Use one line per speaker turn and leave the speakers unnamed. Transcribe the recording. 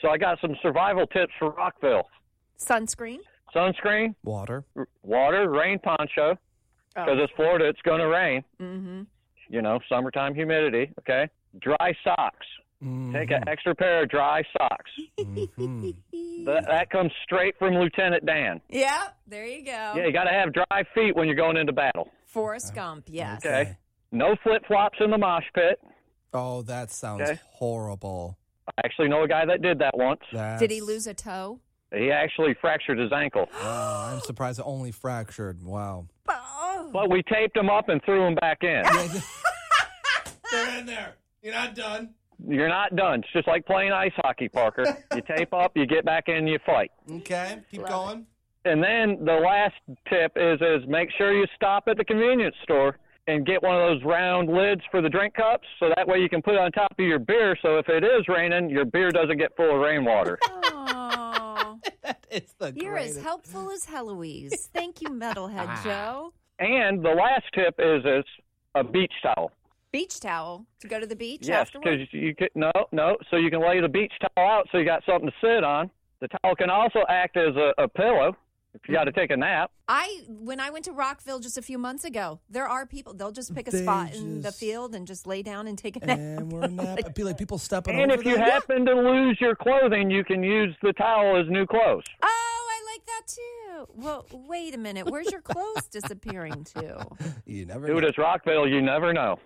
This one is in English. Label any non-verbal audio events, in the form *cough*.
So I got some survival tips for Rockville:
Sunscreen.
sunscreen,
Water.
r- water, rain poncho, because it's Florida, it's going to rain.
Mm-hmm.
You know, summertime humidity. Okay, dry socks. Take
Mm-hmm.
an extra pair of dry socks.
*laughs* Mhm.
That, that comes straight from Lieutenant Dan.
Yeah, there you go.
Yeah, you got to have dry feet when you're going into battle.
Forrest Gump, yes.
Okay. No flip flops in the mosh pit.
Oh, that sounds
Okay.
horrible.
I actually know a guy that did that once.
That's,
Did he lose a toe?
He actually fractured his ankle,
Wow, uh, I'm surprised it only fractured. Wow.
Oh.
but we taped him up and threw him back in.
*laughs* They're in there. You're not done.
You're not done. It's just like playing ice hockey, Parker. You tape up, you get back in, you fight.
Okay, keep going.
And then the last tip is is make sure you stop at the convenience store and get one of those round lids for the drink cups so that way you can put it on top of your beer so if it is raining your beer doesn't get full of rainwater.
Aw.
*laughs* That is the
You're as helpful as Heloise. Thank you, Metalhead Joe.
and the last tip is is a beach towel.
Beach towel to go to the beach
Yes,
afterwards.
cuz you can, no, no, so you can lay the beach towel out so you got something to sit on. The towel can also act as a, a pillow if you got to take a nap.
I when I went to Rockville just a few months ago, there are people they'll just pick a
They
spot in the
just- Eh.
field and just lay down and take a nap.
And we're nap. I'd be like people stepping
And
over
if you
them.
happen to lose your clothing, you can use the towel as new clothes.
Oh, I like that too. Well, wait a minute. Where's your clothes disappearing to?
you never.
Dude,
know.
it's Rockville. You never know.